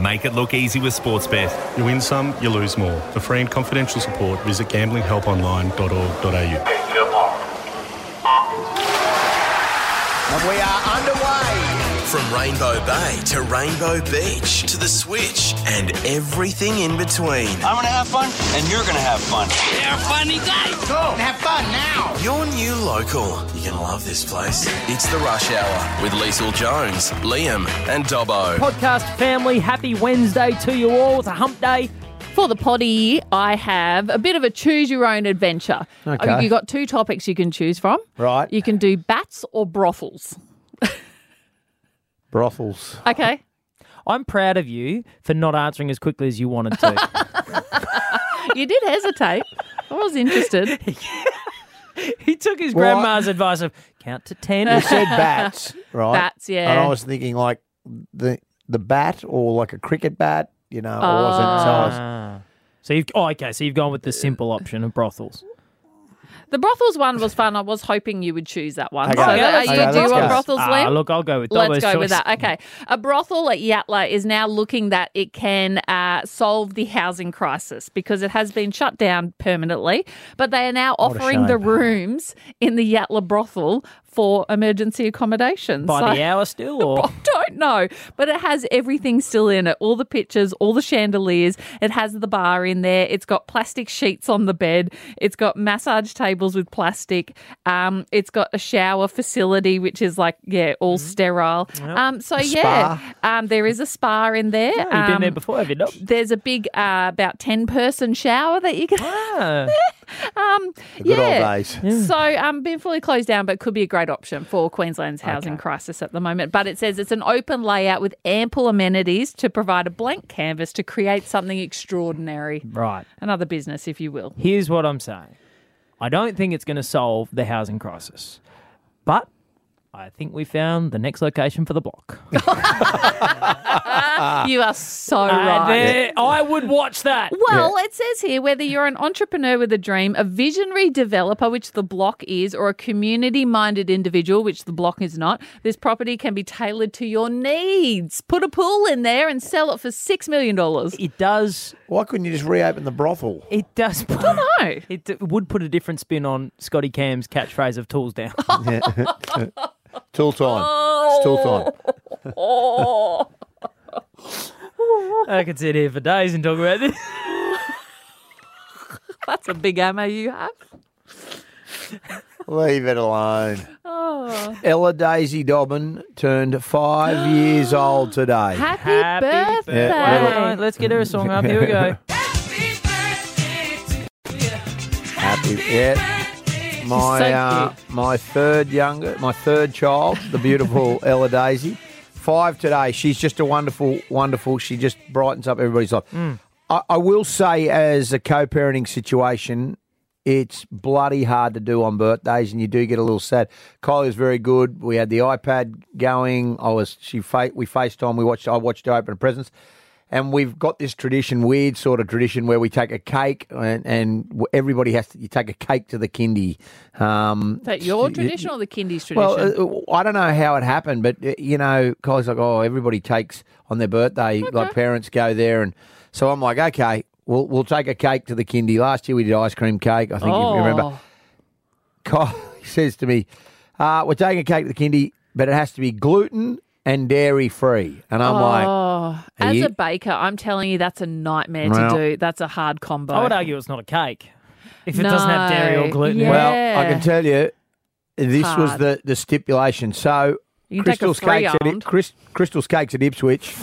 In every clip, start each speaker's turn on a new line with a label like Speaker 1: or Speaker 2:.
Speaker 1: Make it look easy with Sportsbet.
Speaker 2: You win some, you lose more. For free and confidential support, visit gamblinghelponline.org.au.
Speaker 3: And we are underway.
Speaker 4: From Rainbow Bay to Rainbow Beach to the Switch and everything in between.
Speaker 5: I'm gonna have fun, and you're gonna have fun.
Speaker 3: Go and have fun now.
Speaker 4: Your new local. You're going to love this place. It's the Rush Hour with Liesl Jones, Liam, and Dobbo.
Speaker 6: Podcast family, happy Wednesday to you all. It's a hump day.
Speaker 7: For the potty, I have a bit of a choose your own adventure. Oh,
Speaker 3: Okay.
Speaker 7: You've got two topics you can choose from.
Speaker 3: Right.
Speaker 7: You can do bats or brothels.
Speaker 3: Brothels.
Speaker 7: Okay.
Speaker 6: I'm proud of you for not answering as quickly as you wanted to.
Speaker 7: you did hesitate. I was interested.
Speaker 6: he took his
Speaker 3: Well, I-
Speaker 6: grandma's advice of count to ten.
Speaker 3: You said bats, right?
Speaker 7: Bats, yeah.
Speaker 3: And I was thinking like the the bat or like a cricket bat. You know, I wasn't. So I was,
Speaker 6: Ah. So you've oh, okay. So you've gone with the simple option of brothels.
Speaker 7: The brothels one was fun. I was hoping you would choose that one.
Speaker 3: Okay.
Speaker 7: So,
Speaker 3: Okay,
Speaker 7: uh,
Speaker 3: let's
Speaker 7: you,
Speaker 3: do
Speaker 7: do you
Speaker 3: brothels.
Speaker 7: want brothels,
Speaker 6: Ah,
Speaker 7: Liam?
Speaker 6: look, I'll go with
Speaker 7: Let's
Speaker 6: Dobbo's
Speaker 7: go with
Speaker 6: choice.
Speaker 7: that. Okay. A brothel at Yatla is now looking that it can uh, solve the housing crisis because it has been shut down permanently. But they are now
Speaker 3: a
Speaker 7: offering the
Speaker 3: shame.
Speaker 7: rooms in the Yatla brothel for emergency accommodation.
Speaker 6: By
Speaker 7: So-
Speaker 6: the hour still, or
Speaker 7: I don't know, but it has everything still in it all the pictures, all the chandeliers. It has the bar in there. It's got plastic sheets on the bed. It's got massage tables with plastic. Um, it's got a shower facility, which is like, yeah, all
Speaker 6: Mm-hmm.
Speaker 7: sterile. Um, so, yeah, um, there is a spa in there.
Speaker 6: Oh, you've been there
Speaker 7: Um,
Speaker 6: before, have you not?
Speaker 7: There's a big, uh, about 10 person shower that you can
Speaker 6: Ah,
Speaker 3: the good
Speaker 7: Um, yeah.
Speaker 3: old days.
Speaker 7: So, um, been fully closed down, but could be a great option for Queensland's housing crisis at the moment. But it says it's an open layout with ample amenities to provide a blank canvas to create something extraordinary.
Speaker 6: right.
Speaker 7: Another business, if you will.
Speaker 6: Here's what I'm saying. I don't think it's going to solve the housing crisis, but I think we found the next location for the block.
Speaker 3: Ah.
Speaker 7: you are so
Speaker 6: And
Speaker 7: right.
Speaker 6: there- I would watch that.
Speaker 7: Well, it says here whether you're an entrepreneur with a dream, a visionary developer, which the block is, or a community minded individual, which the block is not, this property can be tailored to your needs. Put a pool in there and sell it for $6 million.
Speaker 6: It does.
Speaker 3: Why couldn't you just reopen the brothel?
Speaker 6: It does. Put,
Speaker 7: No.
Speaker 6: It d- would put a different spin on Scotty Cam's catchphrase of "tools down."
Speaker 3: Tool time. It's tool time.
Speaker 6: I could sit here for days and talk about this.
Speaker 7: That's a big ammo you have. Ah.
Speaker 3: Leave it alone.
Speaker 7: Oh.
Speaker 6: Oh.
Speaker 3: Ella Daisy Dobbin turned five years old today.
Speaker 7: Happy,
Speaker 6: Happy
Speaker 7: birthday.
Speaker 3: birthday. Yeah,
Speaker 6: Alright, let's get her a song up. Here we go.
Speaker 3: Happy, yeah. My
Speaker 7: so
Speaker 3: uh, my third younger, my third child, the beautiful Ella Daisy, five today. She's just a wonderful, wonderful. She just brightens up everybody's life. I, I will say, as a co-parenting situation, it's bloody hard to do on birthdays, and you do get a little sad. Kylie was very good. We had the iPad going. I was she. Fa- we FaceTime. We watched. I watched her open presents. And we've got this tradition, weird sort of tradition, where we take a cake and, and w- everybody has to, you take a cake to the kindy. Um,
Speaker 7: Is that your
Speaker 3: y-
Speaker 7: tradition or the kindies tradition?
Speaker 3: well, uh, I don't know how it happened, but uh, you know, Kai's like, oh, everybody takes on their birthday, like parents go there, and so I'm like, okay, we'll we'll take a cake to the kindy. Last year we did ice cream cake, I think
Speaker 7: Oh,
Speaker 3: if you remember. Kyle says to me, uh, we're taking a cake to the kindy, but it has to be gluten and dairy free, and I'm like,
Speaker 7: Oh, as
Speaker 3: you-
Speaker 7: a baker, I'm telling you, that's a nightmare
Speaker 3: Well-
Speaker 7: to do. That's a hard combo.
Speaker 6: I would argue it's not a cake if it doesn't have dairy or
Speaker 7: No,
Speaker 6: gluten.
Speaker 7: yeah.
Speaker 6: Well,
Speaker 3: well, I can tell you, this was
Speaker 7: hard.
Speaker 3: the the stipulation. So
Speaker 7: You can take a
Speaker 3: Crystal's cakes, at, I-
Speaker 7: three-armed.
Speaker 3: Chris, Crystal's cakes at Ipswich.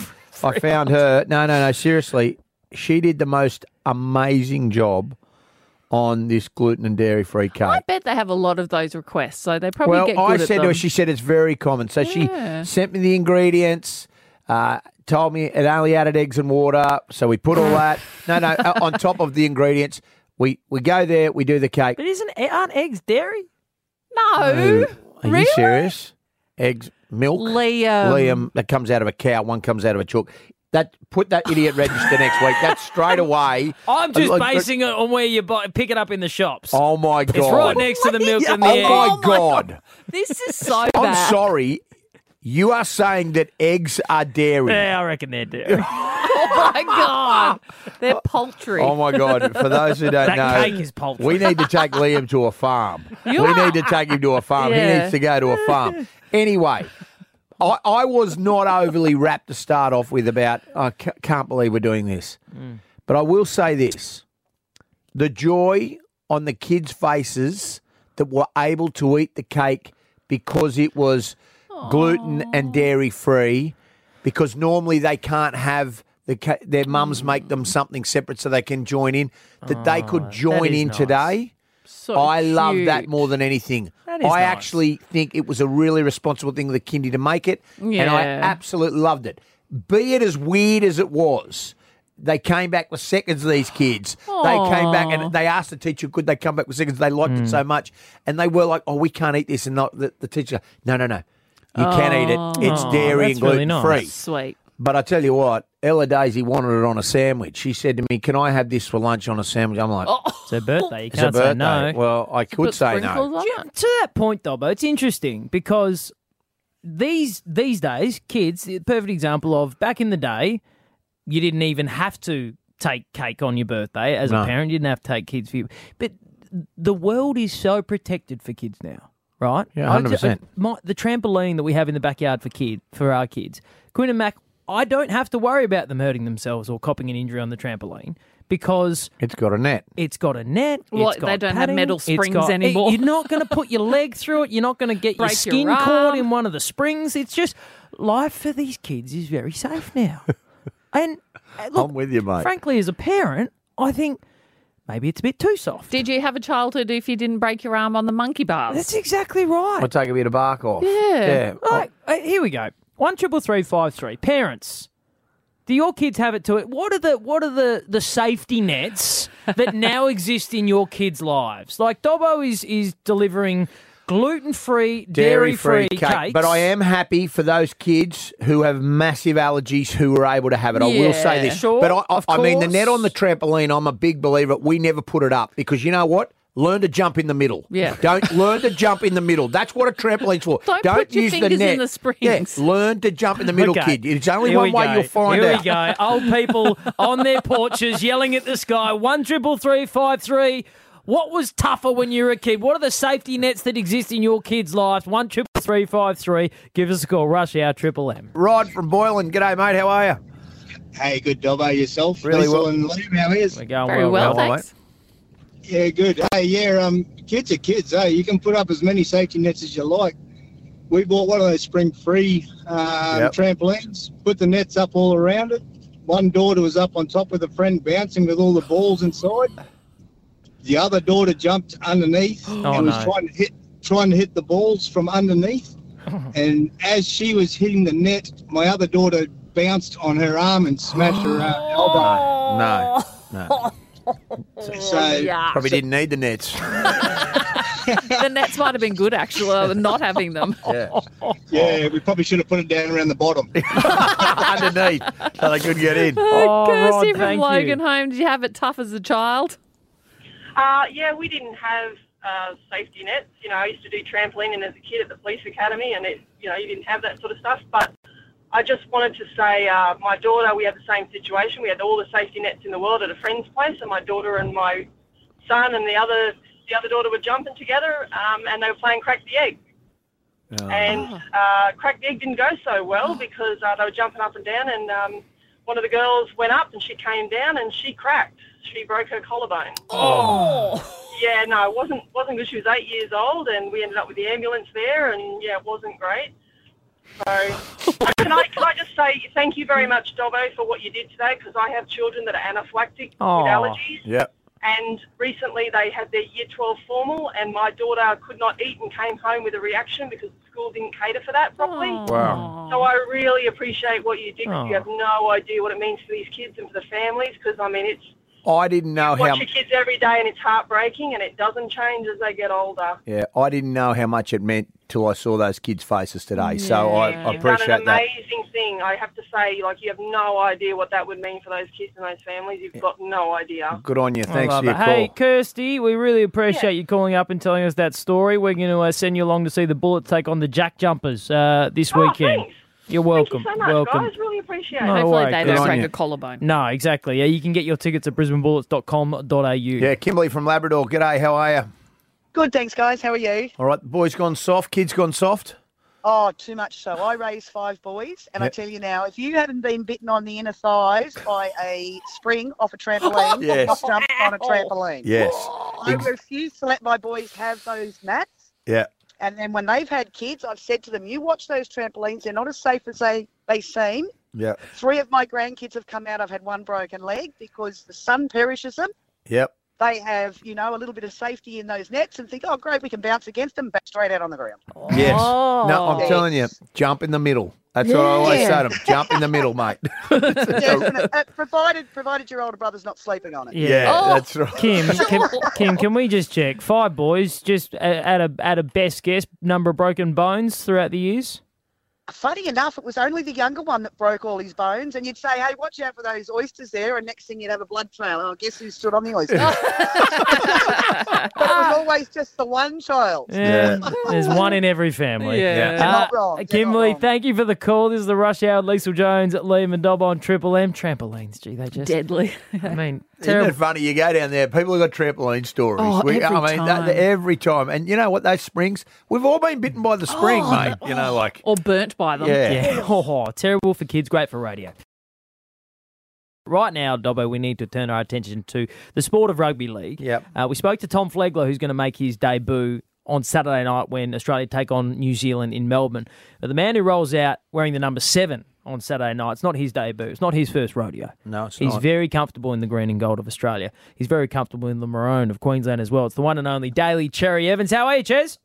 Speaker 3: I found her. No, no, no. Seriously, she did the most amazing job on this gluten and dairy free cake.
Speaker 7: I bet they have a lot of those requests, so they probably
Speaker 3: well,
Speaker 7: get good
Speaker 3: I
Speaker 7: at
Speaker 3: said to
Speaker 7: them.
Speaker 3: her, she said it's very common. So she sent me the ingredients. Uh, told me it only added eggs and water, so we put all that. No, no, uh, on top of the ingredients, we we go there, we do the cake.
Speaker 6: but isn't aren't eggs dairy?
Speaker 7: no,
Speaker 3: Are
Speaker 7: really?
Speaker 3: you serious? Eggs, milk,
Speaker 7: Liam.
Speaker 3: Liam that comes out of a cow, one comes out of a chook. That put that idiot register next week. That's straight away.
Speaker 6: I'm just
Speaker 3: Uh, uh,
Speaker 6: basing it on where you buy, pick it up in the shops.
Speaker 3: Oh my god!
Speaker 6: it's right next to the milk
Speaker 3: Oh
Speaker 6: and the
Speaker 3: my
Speaker 6: egg.
Speaker 3: god!
Speaker 7: This is so
Speaker 3: I'm
Speaker 7: bad.
Speaker 3: sorry. You are saying that eggs are dairy.
Speaker 6: Yeah, I reckon they're dairy.
Speaker 7: oh my god, they're poultry.
Speaker 3: Oh my God! For those who don't
Speaker 6: That
Speaker 3: know,
Speaker 6: cake is poultry.
Speaker 3: we need to take Liam to a farm. we need to take him to a farm. He
Speaker 7: Yeah.
Speaker 3: needs to go to a farm. Anyway, I, I was not overly wrapped to start off with about I ca- can't believe we're doing this,
Speaker 6: Mm.
Speaker 3: but I will say this: the joy on the kids' faces that were able to eat the cake because it was gluten and dairy free because normally they can't have the ca- their
Speaker 6: Mm.
Speaker 3: mums make them something separate so they can join in that they could join
Speaker 6: is
Speaker 3: in
Speaker 6: nice.
Speaker 3: today.
Speaker 7: So
Speaker 3: I love that
Speaker 7: cute.
Speaker 3: more than anything.
Speaker 6: That is
Speaker 3: I
Speaker 6: nice.
Speaker 3: actually think it was a really responsible thing of the kindy to make it, and I
Speaker 7: Yeah.
Speaker 3: absolutely loved it. Be it as weird as it was, they came back with seconds. These kids, they came back and they asked the teacher, "Could they come back with seconds?" They liked it
Speaker 6: Hmm.
Speaker 3: so much, and they were like, "Oh, we can't eat this." And not the, the teacher, "No, no, no, you can eat it. It's
Speaker 6: Oh,
Speaker 3: dairy and
Speaker 6: that's really
Speaker 3: gluten
Speaker 6: nice.
Speaker 3: free."
Speaker 7: Sweet.
Speaker 3: But I tell you what, Ella Daisy wanted it on a sandwich. She said to me, "Can I have this for lunch on a sandwich?" I'm like,
Speaker 6: It's her birthday. You
Speaker 3: "It's a
Speaker 6: can't
Speaker 3: birthday."
Speaker 6: say no.
Speaker 3: Well, I could
Speaker 7: Put
Speaker 3: say
Speaker 7: sprinkles
Speaker 3: no.
Speaker 7: on it.
Speaker 6: to that point, Dobbo, it's interesting because these these days, kids, a perfect example of back in the day, you didn't even have to take cake on your birthday as
Speaker 3: No.
Speaker 6: a parent. You didn't have to take kids for you. But the world is so protected for kids now, right?
Speaker 3: Yeah,
Speaker 6: I ju- uh,
Speaker 3: 100%.
Speaker 6: my- The trampoline that we have in the backyard for kid for our kids, Quinn and Mac, I don't have to worry about them hurting themselves or copping an injury on the trampoline because
Speaker 3: It's got a net.
Speaker 6: it's got a net.
Speaker 7: Well,
Speaker 6: it's got
Speaker 7: they don't have
Speaker 6: padding,
Speaker 7: metal
Speaker 6: it's
Speaker 7: springs
Speaker 6: got- eh,
Speaker 7: anymore.
Speaker 6: You're not going to put your leg through it. You're not going to get your
Speaker 7: Break your
Speaker 6: skin
Speaker 7: arm.
Speaker 6: caught in one of the springs. It's just life for these kids is very safe now. and uh, look,
Speaker 3: I'm with you, mate.
Speaker 6: Frankly, as a parent, I think maybe it's a bit too soft.
Speaker 7: Did you have a childhood if you didn't break your arm on the monkey bars?
Speaker 6: That's exactly right.
Speaker 3: I'll take a bit of bark off.
Speaker 7: Yeah.
Speaker 6: All right, uh, here we go. One triple three five three. Parents, do your kids have it to it? What are the what are the the safety nets that now exist in your kids' lives? Like Dobbo is is delivering gluten free, dairy free
Speaker 3: Dairy-free
Speaker 6: cakes.
Speaker 3: But I am happy for those kids who have massive allergies who were able to have it. I will say
Speaker 7: Yeah.
Speaker 3: this.
Speaker 6: Sure,
Speaker 3: but I,
Speaker 6: of
Speaker 3: I mean, the net
Speaker 6: course.
Speaker 3: on the trampoline, I'm a big believer. We never put it up because you know what? Learn to jump in the middle.
Speaker 7: Yeah.
Speaker 3: Don't learn to jump in the middle. That's what a trampoline's for.
Speaker 7: Don't put your
Speaker 3: use the
Speaker 7: fingers in
Speaker 3: net.
Speaker 7: the springs.
Speaker 3: Yeah, learn to jump in the middle,
Speaker 6: Okay.
Speaker 3: kid. It's only
Speaker 6: Here
Speaker 3: one
Speaker 6: we
Speaker 3: way
Speaker 6: go.
Speaker 3: you'll find
Speaker 6: Here
Speaker 3: out.
Speaker 6: we go. Old people on their porches yelling at the sky. One triple three five three. What was tougher when you were a kid? What are the safety nets that exist in your kids' lives? One triple three five three. Give us a call. Rush hour triple M.
Speaker 3: Rod from Boylan. G'day, mate. How are you?
Speaker 8: Hey, good Dobbo yourself.
Speaker 3: Really
Speaker 8: Liesl
Speaker 3: well.
Speaker 8: and Liam, how is?
Speaker 6: We're going
Speaker 7: Very well,
Speaker 6: well.
Speaker 3: well,
Speaker 7: thanks.
Speaker 8: Yeah, good. Hey, yeah, um, kids are kids. Hey, you can put up as many safety nets as you like. We bought one of those spring-free um,
Speaker 3: Yep.
Speaker 8: trampolines. Put the nets up all around it. One daughter was up on top with a friend bouncing with all the balls inside. The other daughter jumped underneath and was
Speaker 6: no.
Speaker 8: trying to hit trying to hit the balls from underneath. and as she was hitting the net, my other daughter bounced on her arm and smashed her uh, elbow.
Speaker 3: No. No.
Speaker 8: So
Speaker 7: Oh,
Speaker 3: Probably didn't need the nets.
Speaker 7: the nets might have been good actually, uh, not having them.
Speaker 3: Yeah.
Speaker 8: Yeah, we probably should have put it down around the bottom.
Speaker 3: Underneath. So they couldn't get in.
Speaker 6: Oh, Rod,
Speaker 7: Kirsty
Speaker 6: thank
Speaker 7: from
Speaker 6: you.
Speaker 7: Logan Home, did you have it tough as a child?
Speaker 9: Uh, yeah, we didn't have uh, safety nets. You know, I used to do trampolining as a kid at the police academy, and it, you know, you didn't have that sort of stuff. But I just wanted to say, uh, my daughter, we had the same situation. We had all the safety nets in the world at a friend's place, and my daughter and my son and the other the other daughter were jumping together, um, and they were playing crack the egg.
Speaker 6: Ah.
Speaker 9: And uh, crack the egg didn't go so well because uh, they were jumping up and down, and um, one of the girls went up and she came down and she cracked. She broke her collarbone. Yeah, no, it wasn't wasn't good. She was eight years old, and we ended up with the ambulance there, and yeah, it wasn't great. So, Uh, can I can I just say thank you very much, Dobbo, for what you did today? Because I have children that are anaphylactic
Speaker 6: Aw.
Speaker 9: with allergies,
Speaker 3: Yep.
Speaker 9: and recently they had their year twelve formal, and my daughter could not eat and came home with a reaction because the school didn't cater for that properly.
Speaker 3: Wow.
Speaker 9: So I really appreciate what you did. 'cause
Speaker 6: Aw.
Speaker 9: You have no idea what it means for these kids and for the families. Because I mean, it's
Speaker 3: I didn't know Oh, how.
Speaker 9: watch your kids every day and it's heartbreaking and it doesn't change as they get older.
Speaker 3: Yeah, I didn't know how much it meant till I saw those kids' faces today. So I, I
Speaker 9: You've done
Speaker 3: appreciate
Speaker 9: an
Speaker 3: that.
Speaker 9: amazing thing. I have to say, like you have no idea what that would mean for those kids and those families. You've got no idea.
Speaker 3: Good on you. Thanks
Speaker 6: Love
Speaker 3: for your
Speaker 6: it. Hey,
Speaker 3: call.
Speaker 6: Kirsty, we really appreciate you calling up and telling us that story. We're going to uh, send you along to see the Bullets take on the Jack Jumpers uh, this
Speaker 9: Oh,
Speaker 6: weekend.
Speaker 9: thanks.
Speaker 6: You're welcome.
Speaker 9: Thank you so much,
Speaker 6: welcome.
Speaker 9: guys. Really appreciate it.
Speaker 6: No
Speaker 7: Hopefully
Speaker 6: worry,
Speaker 7: they
Speaker 6: good
Speaker 7: don't
Speaker 6: on
Speaker 7: break
Speaker 3: you.
Speaker 7: a collarbone.
Speaker 6: No, exactly. Yeah, you can get your tickets at brisbanebullets.com.au.
Speaker 3: Yeah, Kimberly from Labrador. G'day, how are you?
Speaker 10: Good, thanks, guys. How are you?
Speaker 3: All right, the boys gone soft, kids gone soft.
Speaker 10: Oh, too much so. I raised five boys, and I
Speaker 3: Yep.
Speaker 10: tell you now, if you hadn't been bitten on the inner thighs by a spring off a trampoline,
Speaker 3: Yes.
Speaker 10: or jumped on a trampoline,
Speaker 3: Yes.
Speaker 10: I refuse to let my boys have those mats.
Speaker 3: Yeah.
Speaker 10: And then when they've had kids, I've said to them, "You watch those trampolines; they're not as safe as they they seem."
Speaker 3: Yeah.
Speaker 10: Three of my grandkids have come out. I've had one broken leg because the sun perishes them.
Speaker 3: Yep.
Speaker 10: They have, you know, a little bit of safety in those nets, and think, "Oh, great, we can bounce against them." Back straight out on the ground.
Speaker 3: Yes. No, I'm
Speaker 10: Oh.
Speaker 3: telling you, jump in the middle. That's what I always say to them. Jump in the middle, mate.
Speaker 10: Definitely. Uh, provided, provided your older brother's not sleeping on it.
Speaker 6: Yeah.
Speaker 3: Yeah,
Speaker 7: Oh.
Speaker 3: that's right.
Speaker 6: Kim, can, Kim, can we just check five boys? Just a- at a at a best guess number of broken bones throughout the years.
Speaker 10: Funny enough, it was only the younger one that broke all his bones, and you'd say, "Hey, watch out for those oysters there!" And next thing you'd have a blood trail. Oh, guess who stood on the oyster? but it was always just the one child.
Speaker 6: Yeah, there's one in every family. Uh,
Speaker 7: Yeah.
Speaker 10: You're not wrong. You're not
Speaker 6: Kimberly,
Speaker 10: wrong.
Speaker 6: thank you for the call. This is the Rush Hour. Liesl Jones, Liam and Dob on Triple M trampolines. Gee, they just.
Speaker 7: Deadly.
Speaker 6: I mean,
Speaker 3: Isn't it
Speaker 6: terrible.
Speaker 3: funny? You go down there, people have got trampoline stories.
Speaker 7: Oh,
Speaker 3: I
Speaker 7: every
Speaker 3: mean, that-
Speaker 7: time.
Speaker 3: every time. And you know what? Those springs, we've all been bitten by the
Speaker 7: Oh,
Speaker 6: Oh,
Speaker 3: spring, mate. You know, like,
Speaker 7: Or burnt by them.
Speaker 3: yeah.
Speaker 6: Yeah. Oh, terrible for kids, great for radio. Right now, Dobbo, we need to turn our attention to the sport of rugby league.
Speaker 3: Yep.
Speaker 6: Uh, we spoke to Tom Flegler, who's going to make his debut on Saturday night when Australia take on New Zealand in Melbourne. But the man who rolls out wearing the number seven on Saturday night, it's not his debut, it's not his first rodeo.
Speaker 3: No, it's
Speaker 6: He's
Speaker 3: not.
Speaker 6: very comfortable in the green and gold of Australia. He's very comfortable in the maroon of Queensland as well. It's the one and only Daily Cherry Evans. How are you, Ches?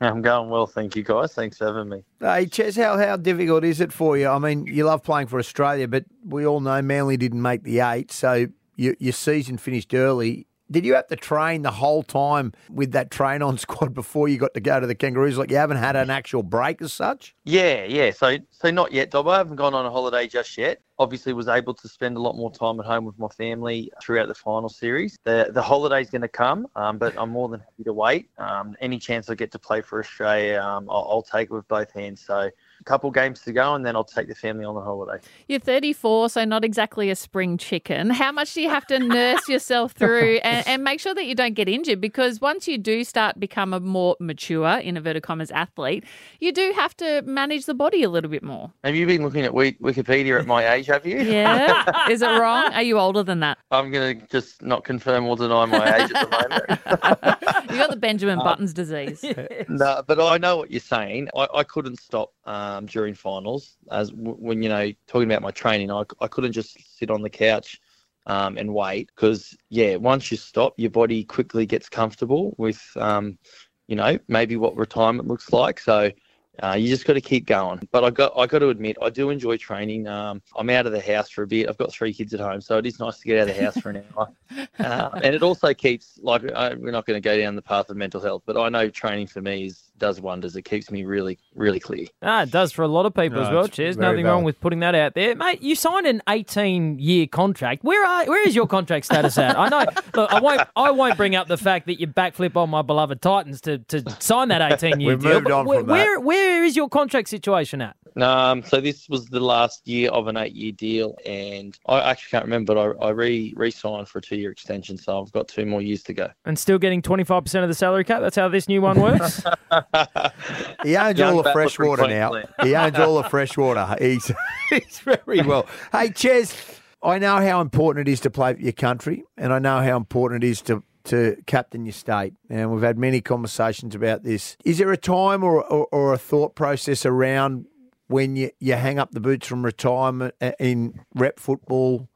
Speaker 11: I'm going well, thank you guys. Thanks for having me.
Speaker 3: Hey, Ches, how, how difficult is it for you? I mean, you love playing for Australia, but we all know Manly didn't make the eight, so you, your season finished early. Did you have to train the whole time with that train on squad before you got to go to the Kangaroos? Like, you haven't had an actual break as such?
Speaker 11: Yeah, yeah. So, so not yet, Dobbo. I haven't gone on a holiday just yet. Obviously, was able to spend a lot more time at home with my family throughout the final series. The the holiday's going to come, um, but I'm more than happy to wait. Um, any chance I get to play for Australia, um, I'll, I'll take it with both hands. So, a couple games to go, and then I'll take the family on the holiday.
Speaker 7: You're 34, so not exactly a spring chicken. How much do you have to nurse yourself through and, and make sure that you don't get injured? Because once you do start become a more mature, in inverted commas, athlete, you do have to manage the body a little bit more.
Speaker 11: Have you been looking at Wi- Wikipedia at my age? Have you?
Speaker 7: Yeah. Is it wrong? Are you older than that?
Speaker 11: I'm going to just not confirm or deny my age at the moment.
Speaker 7: You got the Benjamin Buttons disease.
Speaker 11: No, but I know what you're saying. I, I couldn't stop um, during finals, as w- when you know talking about my training, I, c- I couldn't just sit on the couch um, and wait because yeah, once you stop, your body quickly gets comfortable with um, you know maybe what retirement looks like. So uh, you just got to keep going. But I got I got to admit, I do enjoy training. Um, I'm out of the house for a bit. I've got three kids at home, so it is nice to get out of the house for an hour. Uh, and it also keeps like I, we're not going to go down the path of mental health, but I know training for me is does wonders. It keeps me really, really clear.
Speaker 6: Ah, it does for a lot of people
Speaker 3: No,
Speaker 6: as well.
Speaker 3: it's
Speaker 6: Cheers.
Speaker 3: very
Speaker 6: Nothing wrong
Speaker 3: valid.
Speaker 6: with putting that out there, mate. You signed an eighteen-year contract. Where are? Where is your contract status at? I know. Look, I won't. I won't bring up the fact that you backflip on my beloved Titans to, to sign that eighteen-year
Speaker 3: We've
Speaker 6: deal.
Speaker 3: moved
Speaker 6: but
Speaker 3: on
Speaker 6: where,
Speaker 3: from that.
Speaker 6: Where Where is your contract situation at?
Speaker 11: Um, so this was the last year of an eight-year deal, and I actually can't remember, but I, I re re-signed for a two-year extension, so I've got two more years to go.
Speaker 6: And still getting twenty-five percent of the salary cap. That's how this new one works.
Speaker 3: He owns
Speaker 11: Young
Speaker 3: all the
Speaker 11: battler
Speaker 3: fresh
Speaker 11: from
Speaker 3: water now.
Speaker 11: Queensland.
Speaker 3: He owns all the fresh water. He's, he's very well. Hey, Ches, I know how important it is to play for your country, and I know how important it is to, to captain your state. And we've had many conversations about this. Is there a time or, or, or a thought process around when you, you hang up the boots from retirement uh, in rep football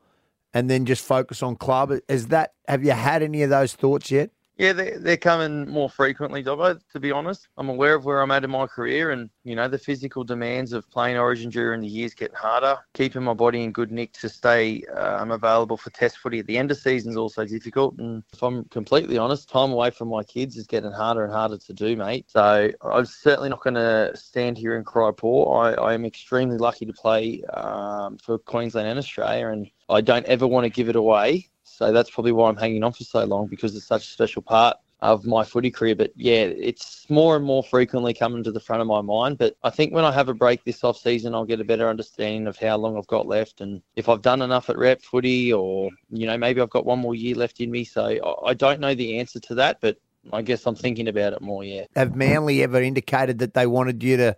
Speaker 3: and then just focus on club? Is that Have you had any of those thoughts yet?
Speaker 11: Yeah, they're, they're coming more frequently, Dobbo, to be honest. I'm aware of where I'm at in my career and, you know, the physical demands of playing Origin during the year's getting harder. Keeping my body in good nick to stay um, available for test footy at the end of season is also difficult. And if I'm completely honest, time away from my kids is getting harder and harder to do, mate. So I'm certainly not going to stand here and cry poor. I, I am extremely lucky to play um, for Queensland and Australia and I don't ever want to give it away. So that's probably why I'm hanging on for so long because it's such a special part of my footy career. But yeah, it's more and more frequently coming to the front of my mind. But I think when I have a break this off season, I'll get a better understanding of how long I've got left and if I've done enough at rep footy, or you know maybe I've got one more year left in me. So I, I don't know the answer to that, but I guess I'm thinking about it more. Yeah.
Speaker 3: Have Manly ever indicated that they wanted you to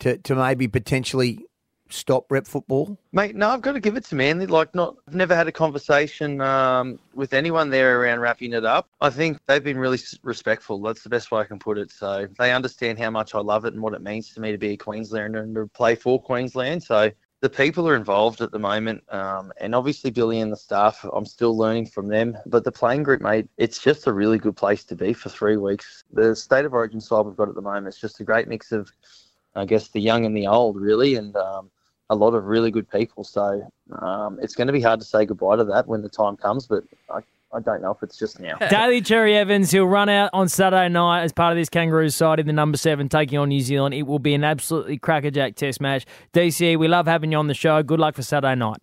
Speaker 3: to, to maybe potentially stop rep football?
Speaker 11: Mate, no, I've got to give it to Manly. Like, not, I've never had a conversation um, with anyone there around wrapping it up. I think they've been really s- respectful. That's the best way I can put it. So they understand how much I love it and what it means to me to be a Queenslander and to play for Queensland. So the people are involved at the moment, um, and obviously Billy and the staff. I'm still learning from them, but the playing group, mate, it's just a really good place to be for three weeks. The state of origin side we've got at the moment, it's just a great mix of, I guess, the young and the old, really, and um, a lot of really good people. So um, it's going to be hard to say goodbye to that when the time comes, but I, I don't know if it's just now.
Speaker 6: Daly Cherry Evans, he'll run out on Saturday night as part of this Kangaroos side in the number seven, taking on New Zealand. It will be an absolutely crackerjack test match. DCE, we love having you on the show. Good luck for Saturday night.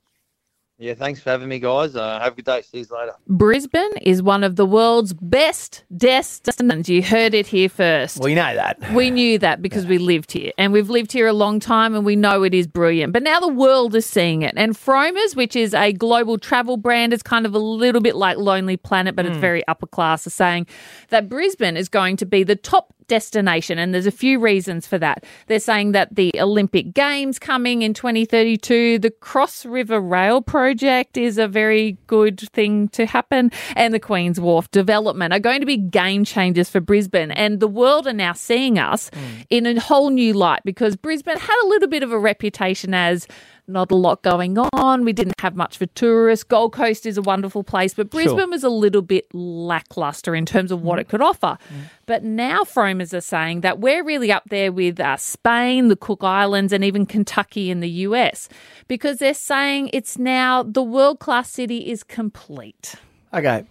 Speaker 11: Yeah, thanks for having me, guys. Uh, have a good day. See you later.
Speaker 7: Brisbane is one of the world's best destinations. You heard it here first.
Speaker 3: We know that.
Speaker 7: We knew that because we lived here and we've lived here a long time and we know it is brilliant. But now the world is seeing it. And Fromers, which is a global travel brand, is kind of a little bit like Lonely Planet, but it's
Speaker 3: Hmm.
Speaker 12: Mm.
Speaker 7: very upper class, are saying that Brisbane is going to be the top destination and there's a few reasons for that they're saying that the olympic games coming in 2032 the cross river rail project is a very good thing to happen and the queen's wharf development are going to be game changers for brisbane and the world are now seeing us in a whole new light because brisbane had a little bit of a reputation as not a lot going on. We didn't have much for tourists. Gold Coast is a wonderful place, but
Speaker 12: Sure.
Speaker 7: Brisbane was a little bit lackluster in terms of what it could offer. But now Fromers are saying that we're really up there with uh, Spain, the Cook Islands, and even Kentucky in the US because they're saying it's now the world class city is complete.
Speaker 3: Okay.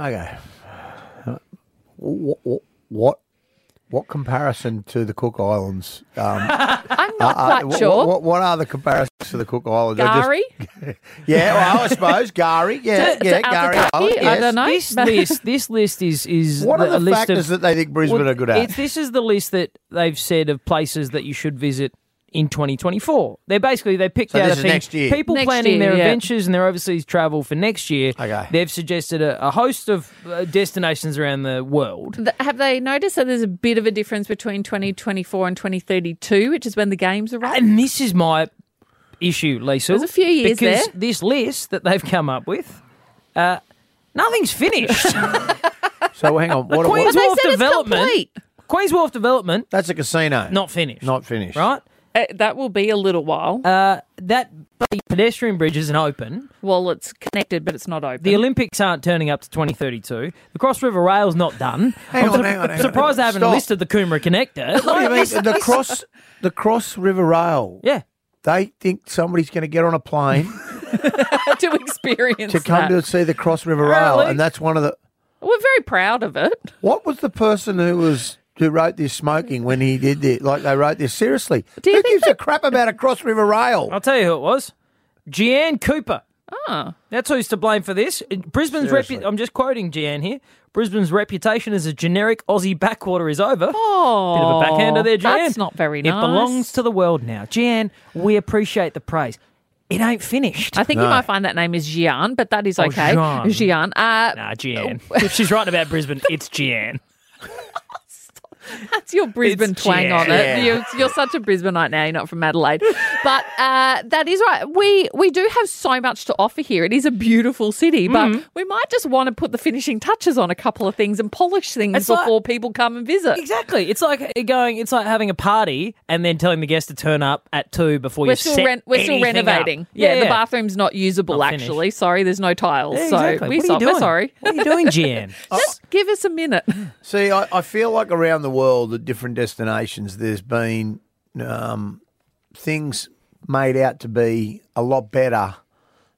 Speaker 3: Okay. What, what, what, what comparison to the Cook Islands? Um, uh,
Speaker 7: I'm
Speaker 3: not
Speaker 7: quite
Speaker 3: what,
Speaker 7: sure.
Speaker 3: What, what are the comparisons to the Cook Islands? I just-
Speaker 7: Gary?
Speaker 3: yeah, well, I suppose Gary. Yeah,
Speaker 7: To- to
Speaker 3: yeah, Gary.
Speaker 7: Albuquerque?
Speaker 3: Island,
Speaker 7: I
Speaker 3: yes.
Speaker 7: don't know.
Speaker 6: This list, this list is is
Speaker 3: What are
Speaker 6: a
Speaker 3: the
Speaker 6: list
Speaker 3: factors
Speaker 6: of,
Speaker 3: that they think Brisbane
Speaker 6: Well,
Speaker 3: are good at?
Speaker 6: it's- This is the list that they've said of places that you should visit in 2024. They basically they picked
Speaker 3: So
Speaker 6: out
Speaker 3: this
Speaker 6: a
Speaker 3: is
Speaker 6: thing,
Speaker 3: next year.
Speaker 6: people
Speaker 3: Next
Speaker 6: planning
Speaker 3: year,
Speaker 6: their
Speaker 3: yeah.
Speaker 6: adventures and their overseas travel for next year. Okay. They've suggested a, a host of uh, destinations around the world.
Speaker 7: Th- Have they noticed that there's a bit of a difference between 2024 and 2032, which is when the games are right?
Speaker 6: And this is my issue, Lisa.
Speaker 7: There's a few years
Speaker 6: because
Speaker 7: there.
Speaker 6: this list that they've come up with, uh, nothing's finished.
Speaker 3: So hang on. What,
Speaker 6: Queens
Speaker 3: what,
Speaker 6: Wharf Development. Queens Wharf Development.
Speaker 3: That's a casino.
Speaker 6: Not finished.
Speaker 3: Not finished.
Speaker 6: Right?
Speaker 7: Uh, that will be a little while.
Speaker 6: Uh, that bloody pedestrian bridge isn't open.
Speaker 7: Well, it's connected, but it's not open.
Speaker 6: The Olympics aren't turning up to 2032. The Cross River Rail's not done.
Speaker 3: Hang
Speaker 6: I'm
Speaker 3: on,
Speaker 6: sur-
Speaker 3: hang on, hang on.
Speaker 6: surprised they haven't
Speaker 3: Stop.
Speaker 6: listed the Coomera
Speaker 3: What
Speaker 6: Connector.
Speaker 3: do you
Speaker 6: Like,
Speaker 3: mean?
Speaker 6: this-
Speaker 3: The
Speaker 6: this-
Speaker 3: cross, the Cross River Rail.
Speaker 6: Yeah.
Speaker 3: They think somebody's going to get on a plane
Speaker 7: to experience
Speaker 3: to come
Speaker 7: that.
Speaker 3: to see the Cross River Rail,
Speaker 7: Really?
Speaker 3: and that's one of the.
Speaker 7: We're very proud of it.
Speaker 3: What was the person who was who wrote this smoking when he did this? Like they wrote this seriously. who gives a crap about a Cross River Rail?
Speaker 6: I'll tell you who it was. Gianne Cooper.
Speaker 7: Ah.
Speaker 6: That's who's to blame for this. Brisbane's repu- I'm just quoting Gianne here. Brisbane's reputation as a generic Aussie backwater is over.
Speaker 7: Oh.
Speaker 6: Bit of a backhander there, Gianne.
Speaker 7: That's not very nice.
Speaker 6: It belongs to the world now. Gianne, we appreciate the praise. It ain't finished.
Speaker 7: I think you
Speaker 6: No.
Speaker 7: might find that name is Gian, but that is
Speaker 6: Oh,
Speaker 7: okay.
Speaker 6: Gian.
Speaker 7: Gian. Uh,
Speaker 6: Nah, Gianne. if she's writing about Brisbane, it's Gianne.
Speaker 7: That's your Brisbane
Speaker 6: It's
Speaker 7: twang on it.
Speaker 6: Gian.
Speaker 7: You're, you're such a Brisbaneite now. You're not from Adelaide, but uh, that is right. We we do have so much to offer here. It is a beautiful city, but
Speaker 6: Mhm.
Speaker 7: we might just want to put the finishing touches on a couple of things and polish things
Speaker 6: It's like-
Speaker 7: before people come and visit.
Speaker 6: Exactly. It's like going. It's like having a party and then telling the guests to turn up at two before
Speaker 7: We're
Speaker 6: you
Speaker 7: still
Speaker 6: set
Speaker 7: ren- we're still
Speaker 6: anything up.
Speaker 7: renovating. Yeah, the bathroom's not usable
Speaker 6: Not finished.
Speaker 7: actually. Sorry, there's no tiles.
Speaker 6: Yeah,
Speaker 7: so
Speaker 6: exactly.
Speaker 7: we
Speaker 6: What are you
Speaker 7: stop. We're
Speaker 6: doing?
Speaker 7: sorry.
Speaker 6: What are you doing, Jan?
Speaker 7: just give us a minute.
Speaker 3: See, I, I feel like around the world at different destinations, there's been um, things made out to be a lot better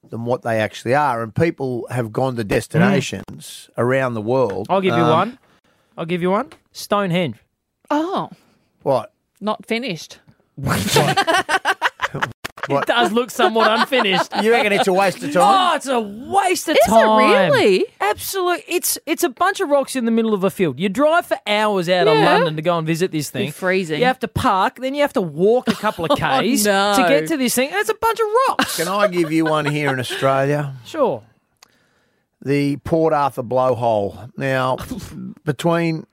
Speaker 3: than what they actually are. And people have gone to destinations around the world.
Speaker 6: Mm. I'll give you
Speaker 3: Um,
Speaker 6: one. I'll give you one. Stonehenge.
Speaker 7: Oh,
Speaker 3: What?
Speaker 7: not finished.
Speaker 6: It does look somewhat unfinished.
Speaker 3: You reckon it's a waste of time?
Speaker 6: Oh, it's a waste of
Speaker 3: Is it
Speaker 6: time.
Speaker 3: really?
Speaker 6: Absolutely. It's it's a bunch of rocks in the middle of a field. You drive for hours out of
Speaker 7: Yeah.
Speaker 6: London to go and visit this thing.
Speaker 7: freezing.
Speaker 6: You have to park, then you have to walk a couple of
Speaker 7: Oh,
Speaker 6: k's
Speaker 7: no.
Speaker 6: to get to this thing. And it's a bunch of rocks.
Speaker 3: Can I give you one here in Australia?
Speaker 6: Sure.
Speaker 3: The Port Arthur blowhole. Now, between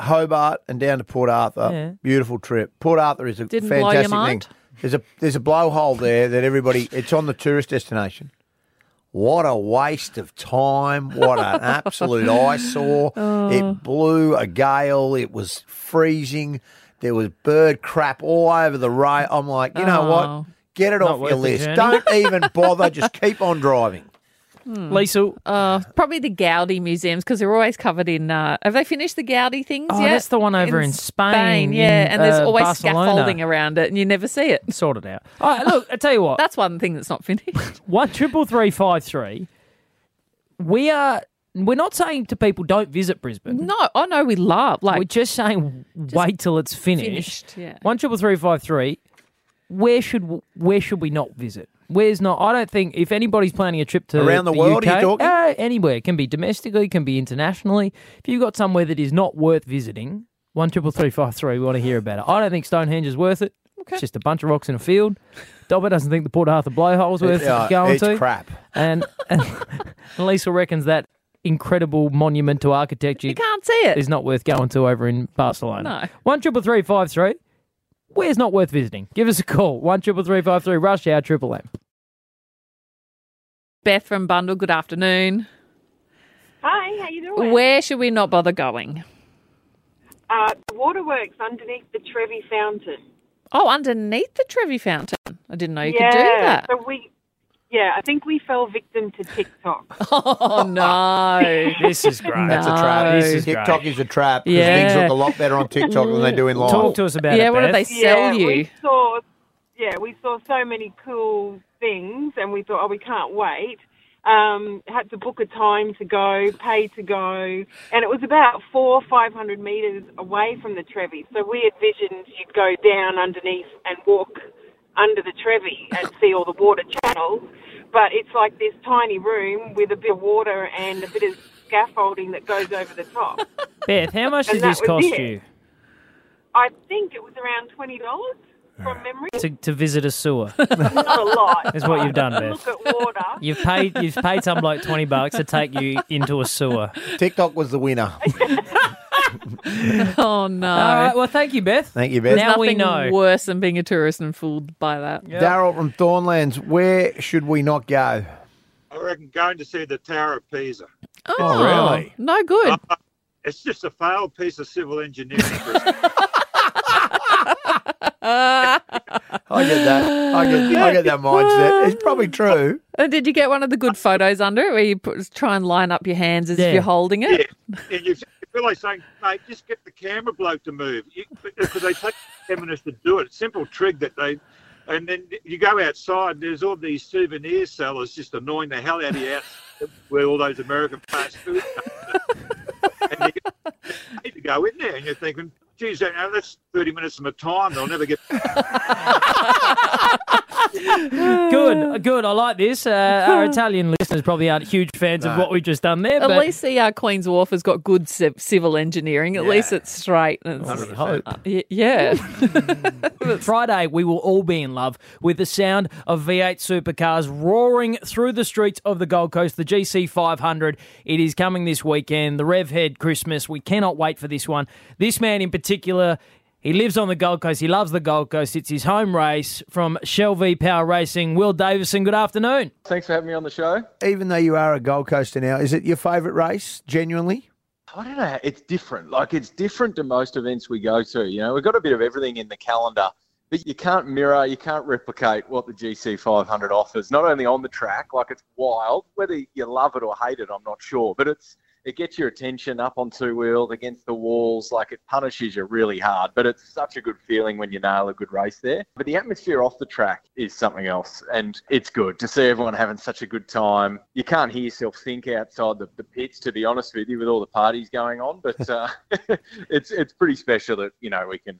Speaker 3: Hobart and down to Port Arthur,
Speaker 7: Yeah.
Speaker 3: beautiful trip. Port Arthur is a
Speaker 7: Didn't blow your
Speaker 3: fantastic
Speaker 7: mind?
Speaker 3: thing. There's a there's a blowhole there that everybody. It's on the tourist destination. What a waste of time. What an absolute eyesore. It blew a gale. It was freezing. There was bird crap all over the rail. I'm like, you know
Speaker 6: Oh.
Speaker 3: what? Get it
Speaker 6: Not
Speaker 3: off
Speaker 6: worth
Speaker 3: your
Speaker 6: the
Speaker 3: list.
Speaker 6: journey.
Speaker 3: Don't even bother. Just keep on driving.
Speaker 6: Lisa.
Speaker 7: Uh, probably the Gaudi museums because they're always covered in. Uh, have they finished the Gaudi things
Speaker 6: Oh,
Speaker 7: yet?
Speaker 6: that's the one over in Spain,
Speaker 7: Yeah,
Speaker 6: in,
Speaker 7: and there's
Speaker 6: uh,
Speaker 7: always
Speaker 6: Barcelona.
Speaker 7: scaffolding around it, and you never see it.
Speaker 6: Sort it out. All right, look, I tell you what.
Speaker 7: That's one thing that's not finished.
Speaker 6: One triple three five three. We are. We're not saying to people don't visit Brisbane.
Speaker 7: No, I know we love. Like
Speaker 6: We're just saying wait till it's finished.
Speaker 7: finished, yeah.
Speaker 6: One triple three five three. Where should where should we not visit? Where's not? I don't think if anybody's planning a trip to
Speaker 3: Around the world, are you
Speaker 6: UK,
Speaker 3: talking?
Speaker 6: uh, anywhere It can be domestically, it can be internationally. If you've got somewhere that is not worth visiting, one triple three five three. We want to hear about it. I don't think Stonehenge is worth it. It's just a bunch of rocks in a field. Dobber doesn't think the Port Arthur blowhole's worth
Speaker 3: Yeah,
Speaker 6: going
Speaker 3: uh, it's
Speaker 6: to.
Speaker 3: crap.
Speaker 6: And, and Lisa reckons that incredible monument to architecture
Speaker 7: you can't see it.
Speaker 6: is not worth going to over in Barcelona. No. One triple three five three. Where's not worth visiting? Give us a call. One triple three five three. Rush hour triple M.
Speaker 7: Beth from Bundle. Good afternoon.
Speaker 12: Hi, how you doing?
Speaker 7: Where should we not bother going?
Speaker 12: Uh, the waterworks underneath the Trevi Fountain.
Speaker 7: Oh, underneath the Trevi Fountain. I didn't know you
Speaker 12: yeah,
Speaker 7: could do that.
Speaker 12: So we, yeah, I think we fell victim to TikTok.
Speaker 7: Oh no,
Speaker 6: This is great.
Speaker 3: That's a trap.
Speaker 7: No. This is
Speaker 3: TikTok is a trap because
Speaker 7: Yeah.
Speaker 3: things look a lot better on TikTok than they do in life.
Speaker 6: Talk to us about
Speaker 7: Yeah,
Speaker 6: it.
Speaker 7: what
Speaker 6: Beth.
Speaker 7: do they sell
Speaker 12: yeah,
Speaker 7: you?
Speaker 12: We saw, yeah, we saw so many cool things, and we thought, oh, we can't wait. Um, had to book a time to go, pay to go, and it was about four, five hundred meters away from the Trevi. So we envisioned you'd go down underneath and walk under the Trevi and see all the water channels. But it's like this tiny room with a bit of water and a bit of scaffolding that goes over the top.
Speaker 6: Beth, how much
Speaker 12: And
Speaker 6: did this
Speaker 12: that was
Speaker 6: cost
Speaker 12: it.
Speaker 6: you
Speaker 12: I think it was around twenty dollars from memory.
Speaker 6: to, to visit a sewer?
Speaker 12: Not a lot.
Speaker 6: Is what you've done,
Speaker 12: But
Speaker 6: Beth.
Speaker 12: Look at water.
Speaker 6: You've paid you've paid some like twenty bucks to take you into a sewer.
Speaker 3: TikTok was the winner.
Speaker 7: Oh no.
Speaker 6: All right. Well, thank you, Beth.
Speaker 3: Thank you, Beth.
Speaker 6: Now we
Speaker 7: Nothing
Speaker 6: know.
Speaker 7: worse than being a tourist and fooled by that.
Speaker 3: Daryl from Thornlands, where should we not go?
Speaker 13: I reckon going to see the Tower of Pisa. Uh,
Speaker 7: Oh,
Speaker 3: really?
Speaker 7: No good.
Speaker 13: It's just a failed piece of civil engineering.
Speaker 3: I get that. I get, I get that mindset. It's probably true.
Speaker 7: And Uh, did you get one of the good photos under it where you put, try and line up your hands as
Speaker 3: Yeah.
Speaker 7: if you're holding it?
Speaker 13: and you feel like saying, mate, just get the camera bloke to move. You- Because they take 10 minutes to do it. It's simple trick that they. And then you go outside, there's all these souvenir sellers just annoying the hell out of you out where all those American fast food comes And you need to go in there and you're thinking, geez, that- now that's 30 minutes of my time. They'll never get.
Speaker 6: Good, good. I like this. Uh, our Italian listeners probably aren't huge fans of what we've just done there,
Speaker 7: At
Speaker 6: but
Speaker 7: least the uh, Queen's Wharf has got good civ- civil engineering. At least it's straight. And it's,
Speaker 6: hope.
Speaker 7: Y- yeah.
Speaker 6: Friday, we will all be in love with the sound of V8 supercars roaring through the streets of the Gold Coast, the GC500. It is coming this weekend, the Rev Head Christmas. We cannot wait for this one. This man in particular. He lives on the Gold Coast. He loves the Gold Coast. It's his home race from Shell V Power Racing. Will Davison, good afternoon.
Speaker 14: Thanks for having me on the show.
Speaker 3: Even though you are a Gold Coaster now, is it your favourite race, genuinely?
Speaker 14: I don't know. how- It's different. Like it's different to most events we go to. You know, we've got a bit of everything in the calendar, but you can't mirror, you can't replicate what the GC500 offers. Not only on the track, like it's wild. Whether you love it or hate it, I'm not sure, but it's it gets your attention up on two wheels against the walls. Like it punishes you really hard, but it's such a good feeling when you nail a good race there. But the atmosphere off the track is something else, and it's good to see everyone having such a good time. You can't hear yourself think outside the, the pits, to be honest with you, with all the parties going on. But uh, it's it's pretty special that you know we can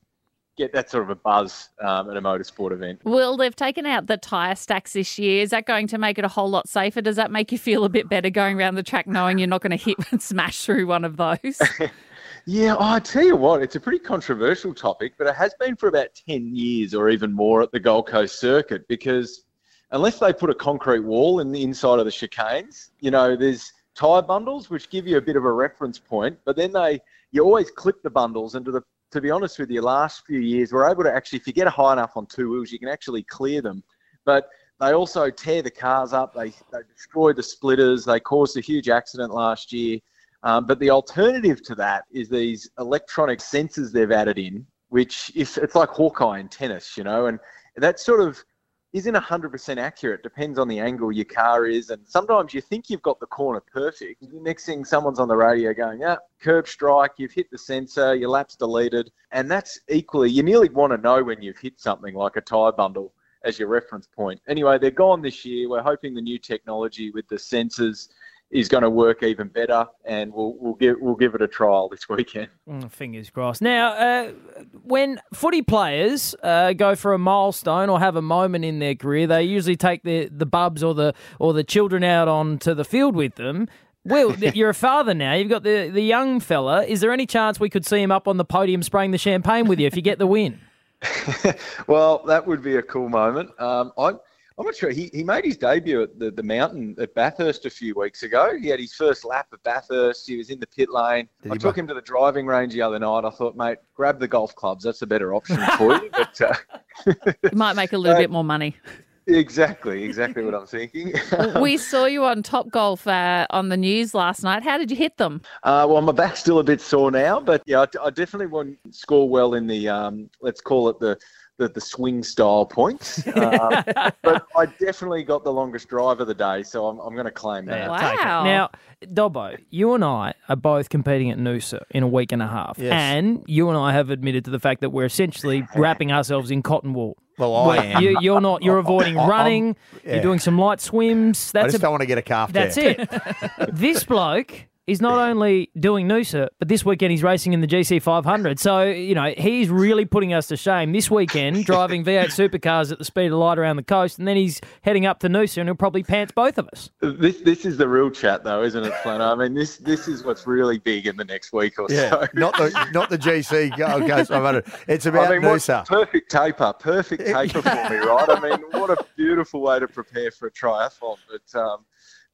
Speaker 14: get that sort of a buzz um, at a motorsport event.
Speaker 7: Will, they've taken out the tyre stacks this year. Is that going to make it a whole lot safer? Does that make you feel a bit better going around the track knowing you're not going to hit and smash through one of those?
Speaker 14: Yeah, I tell you what, it's a pretty controversial topic, but it has been for about 10 years or even more at the Gold Coast circuit because unless they put a concrete wall in the inside of the chicanes, you know, there's tyre bundles which give you a bit of a reference point, but then they you always clip the bundles and to the to be honest with you, last few years we're able to actually if you get high enough on two wheels, you can actually clear them. But they also tear the cars up, they, they destroy the splitters, they caused a huge accident last year. Um, but the alternative to that is these electronic sensors they've added in, which if it's like Hawkeye in tennis, you know, and that sort of isn't 100% accurate. Depends on the angle your car is, and sometimes you think you've got the corner perfect. The next thing, someone's on the radio going, "Ah, curb strike! You've hit the sensor. Your lap's deleted." And that's equally, you nearly want to know when you've hit something like a tire bundle as your reference point. Anyway, they're gone this year. We're hoping the new technology with the sensors is going to work even better, and we'll we'll give we'll give it a trial this weekend.
Speaker 6: Mm, fingers crossed. Now, uh, when footy players uh, go for a milestone or have a moment in their career, they usually take the the bubs or the or the children out onto the field with them. Will, th- you're a father now. You've got the the young fella. Is there any chance we could see him up on the podium spraying the champagne with you if you get the win?
Speaker 14: Well, that would be a cool moment. Um, I. I'm not sure. He, he made his debut at the, the mountain at Bathurst a few weeks ago. He had his first lap at Bathurst. He was in the pit lane. I
Speaker 15: he
Speaker 14: took him to the driving range the other night. I thought, mate, grab the golf clubs. That's a better option for you. But uh,
Speaker 7: You might make a little bit more money.
Speaker 14: exactly, exactly what I'm thinking.
Speaker 7: we saw you on Top Golf uh, on the news last night. How did you hit them?
Speaker 14: Uh, well, my back's still a bit sore now, but yeah, I, I definitely won't score well in the um, let's call it the the, the swing style points. Um, but I definitely got the longest drive of the day, so I'm, I'm going to claim that.
Speaker 6: Take it. Now, Dobbo, you and I are both competing at Noosa in a week and a half.
Speaker 14: Yes.
Speaker 6: And you and I have admitted to the fact that we're essentially wrapping ourselves in cotton wool.
Speaker 3: Well, I
Speaker 6: Where
Speaker 3: am.
Speaker 6: You, you're not. You're avoiding
Speaker 3: I- I'm-
Speaker 6: running.
Speaker 3: yeah.
Speaker 6: You're doing some light swims. That's
Speaker 3: I just
Speaker 6: a-
Speaker 3: don't want to get a calf
Speaker 6: That's
Speaker 3: down.
Speaker 6: it. this bloke is not only doing Noosa, but this weekend he's racing in the GC500. So, you know, he's really putting us to shame this weekend, driving V8 supercars at the speed of light around the coast, and then he's heading up to Noosa and he'll probably pants both of us.
Speaker 14: This this is the real chat, though, isn't it, Flano? I mean, this this is what's really big in the next week or
Speaker 3: Yeah,
Speaker 14: so.
Speaker 3: not the not the GC Gold Coast 500. It's about
Speaker 14: I mean, what
Speaker 3: Noosa.
Speaker 14: perfect taper, perfect taper for me, right? I mean, what a beautiful way to prepare for a triathlon. But um,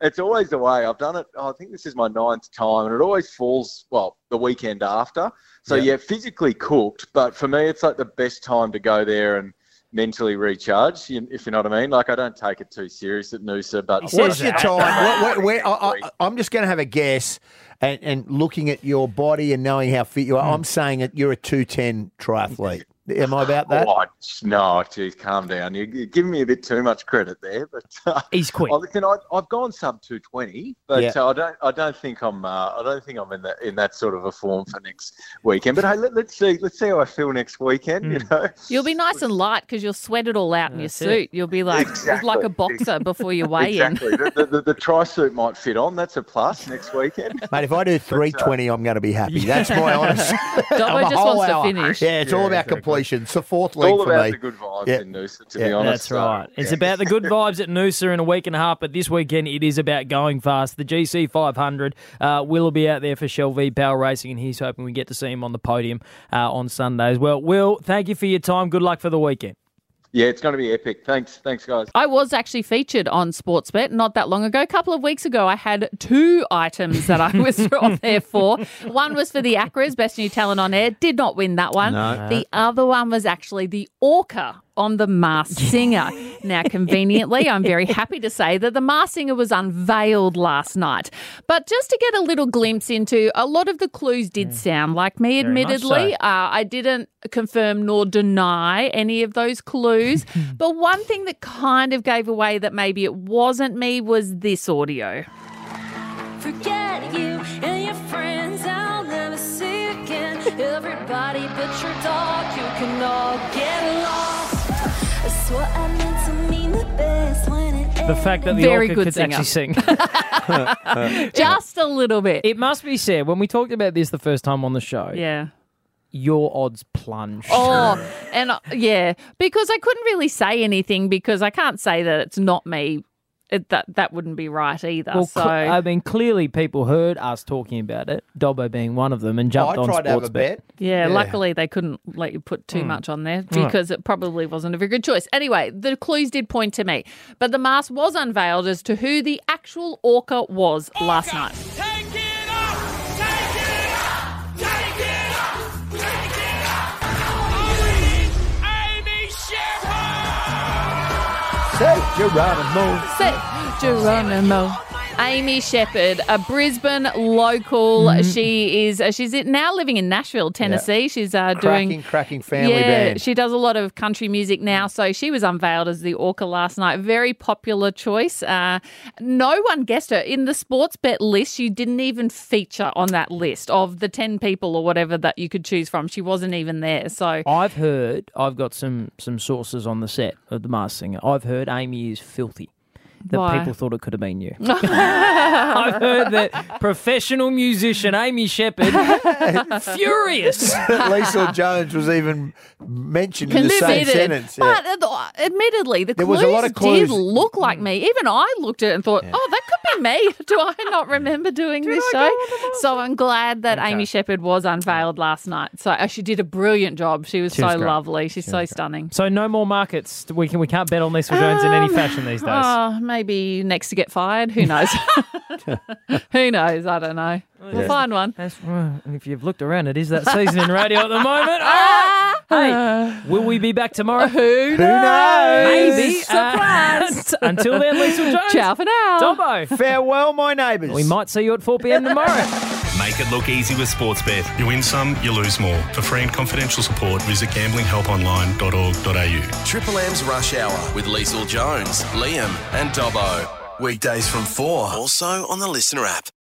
Speaker 14: it's always the way. I've done it. oh, I think this is my ninth time, and it always falls well the weekend after. So
Speaker 16: Yeah.
Speaker 14: yeah, physically cooked, but for me, it's like the best time to go there and mentally recharge. you- If you know what I mean. Like I don't take it too serious at Noosa, but
Speaker 3: What's your time? What- what- where- I, am just going to have a guess, and, and looking at your body and knowing how fit you are,
Speaker 14: Hmm.
Speaker 3: I'm saying that you're a 210 triathlete. Am I about that?
Speaker 14: Oh, I- no, geez, calm down. You- You're giving me a bit too much credit there, but uh,
Speaker 6: he's quick.
Speaker 14: listen, I, I've gone sub 220, but
Speaker 16: Yeah.
Speaker 14: uh, I don't, I don't think I'm, uh, I don't think I'm in that in that sort of a form for next weekend. But hey, let, let's see, let's see how I feel next weekend. You know,
Speaker 7: You'll be nice and light because you'll sweat it all out in your
Speaker 14: That's it.
Speaker 7: suit. You'll be like like a
Speaker 14: Exactly.
Speaker 7: boxer before you weigh
Speaker 14: exactly. the, the, the, the tri suit might fit on. That's a plus next weekend.
Speaker 3: Mate, if I do 320, I'm going to be happy. That's my honest.
Speaker 14: Dobbo
Speaker 3: I'm a
Speaker 14: just
Speaker 3: whole
Speaker 14: wants to
Speaker 3: hour.
Speaker 14: finish.
Speaker 3: Yeah, it's
Speaker 14: Yeah,
Speaker 3: all about
Speaker 14: exactly.
Speaker 3: completion. It's the fourth
Speaker 14: It's
Speaker 3: league
Speaker 14: all
Speaker 3: for
Speaker 14: about
Speaker 3: me.
Speaker 14: the good vibes in Noosa, to
Speaker 3: Yeah.
Speaker 14: be honest.
Speaker 6: That's right. It's
Speaker 14: yeah.
Speaker 6: about the good vibes at Noosa in a week and a half, but this weekend it is about going fast. The GC500 uh, will be out there for Shell V Power Racing, and he's hoping we get to see him on the podium uh, on Sunday as well. Will, thank you for your time. Good luck for the weekend.
Speaker 14: Yeah, it's going to be epic. Thanks, thanks, guys.
Speaker 7: I was actually featured on Sportsbet not that long ago. A couple of weeks ago, I had two items that I was on there for. One was for the Acras, Best New Talent on Air. Did not win that one.
Speaker 17: No.
Speaker 7: The other one was actually the Orca on the Masked Singer. now, conveniently, I'm very happy to say that the Masked Singer was unveiled last night. But just to get a little glimpse into, a lot of the clues
Speaker 6: Mm.
Speaker 7: did sound like me,
Speaker 17: Very much
Speaker 7: admittedly.
Speaker 17: so.
Speaker 7: Uh, I didn't confirm nor deny any of those clues. but one thing that kind of gave away that maybe it wasn't me was this audio.
Speaker 17: Forget you and your friends, I'll never see you again. Everybody but your dog, you can all get lost. I swore I meant to mean the best when it
Speaker 6: The fact that the
Speaker 7: Very
Speaker 6: orca
Speaker 7: good
Speaker 6: could
Speaker 7: singer.
Speaker 6: actually sing.
Speaker 7: Just a little bit.
Speaker 6: It must be said, when we talked about this the first time on the show,
Speaker 7: Yeah.
Speaker 6: your odds plunged.
Speaker 7: Oh, and uh, yeah, because I couldn't really say anything because I can't say that it's not me. It, that that wouldn't be right either.
Speaker 6: Well,
Speaker 7: so
Speaker 6: cl- I mean, clearly people heard us talking about it, Dobbo being one of them, and jumped
Speaker 7: I
Speaker 6: on
Speaker 7: tried
Speaker 6: sports
Speaker 7: to have a Hmm.
Speaker 6: bet.
Speaker 7: Yeah, luckily they couldn't let you put too
Speaker 6: Mm.
Speaker 7: much on there
Speaker 6: Right.
Speaker 7: because it probably wasn't a very good choice. Anyway, the clues did point to me, but the mask was unveiled as to who the actual orca was last night.
Speaker 3: Say Geronimo.
Speaker 7: Say Geronimo. Amy Shepherd, a Brisbane local.
Speaker 3: Mhm.
Speaker 7: She is. uh, She's now living in Nashville, Tennessee. She's uh,
Speaker 3: Cracking,
Speaker 7: doing
Speaker 3: cracking family
Speaker 7: yeah,
Speaker 3: band.
Speaker 7: she does a lot of country music now. So she was unveiled as the Orca last night. Very popular choice. Uh, no one guessed her in the sports bet list. She didn't even feature on that list of the ten people or whatever that you could choose from. She wasn't even there. So
Speaker 6: I've heard. I've got some some sources on the set of the Masked Singer. I've heard Amy is filthy. That
Speaker 7: Why?
Speaker 6: people thought it could have been you. I've heard that professional musician Amy Shepherd furious.
Speaker 3: that Lisa Jones was even mentioned in the same
Speaker 7: Considered.
Speaker 3: sentence. yeah.
Speaker 7: But uh, the- admittedly, the
Speaker 3: There
Speaker 7: clues,
Speaker 3: was a lot of clues.
Speaker 7: did look like me. Even I looked at it and thought, oh, that could be me. Do I not remember doing this show? So I'm glad that Amy Shepherd was unveiled last night. So uh, she did a brilliant job. She was
Speaker 6: She
Speaker 7: so
Speaker 6: was great.
Speaker 7: lovely. She's so stunning.
Speaker 6: So no more markets. We can we can't bet on Lisa Jones in any
Speaker 7: Um,
Speaker 6: fashion these days.
Speaker 7: Oh, maybe next to get fired. Who knows? Who knows? I don't know. We'll
Speaker 6: Yeah.
Speaker 7: find one.
Speaker 6: That's, well, if you've looked around, it is that season in radio at the moment.
Speaker 7: Uh,
Speaker 6: Ah! hey, will we be back tomorrow? Who,
Speaker 3: knows?
Speaker 6: Maybe.
Speaker 3: Surprise.
Speaker 6: Uh, until then, Lisa Jones.
Speaker 3: Ciao for now.
Speaker 6: Dobbo.
Speaker 3: Farewell, my neighbours.
Speaker 6: We might see you at 4 p.m. tomorrow.
Speaker 2: Make it look easy with Sportsbet. You win some, you lose more. For free and confidential support, visit gamblinghelponline.org.au.
Speaker 4: Triple M's Rush Hour with Liesl Jones, Liam, and Dobbo. Weekdays from 4, also on the Listener app.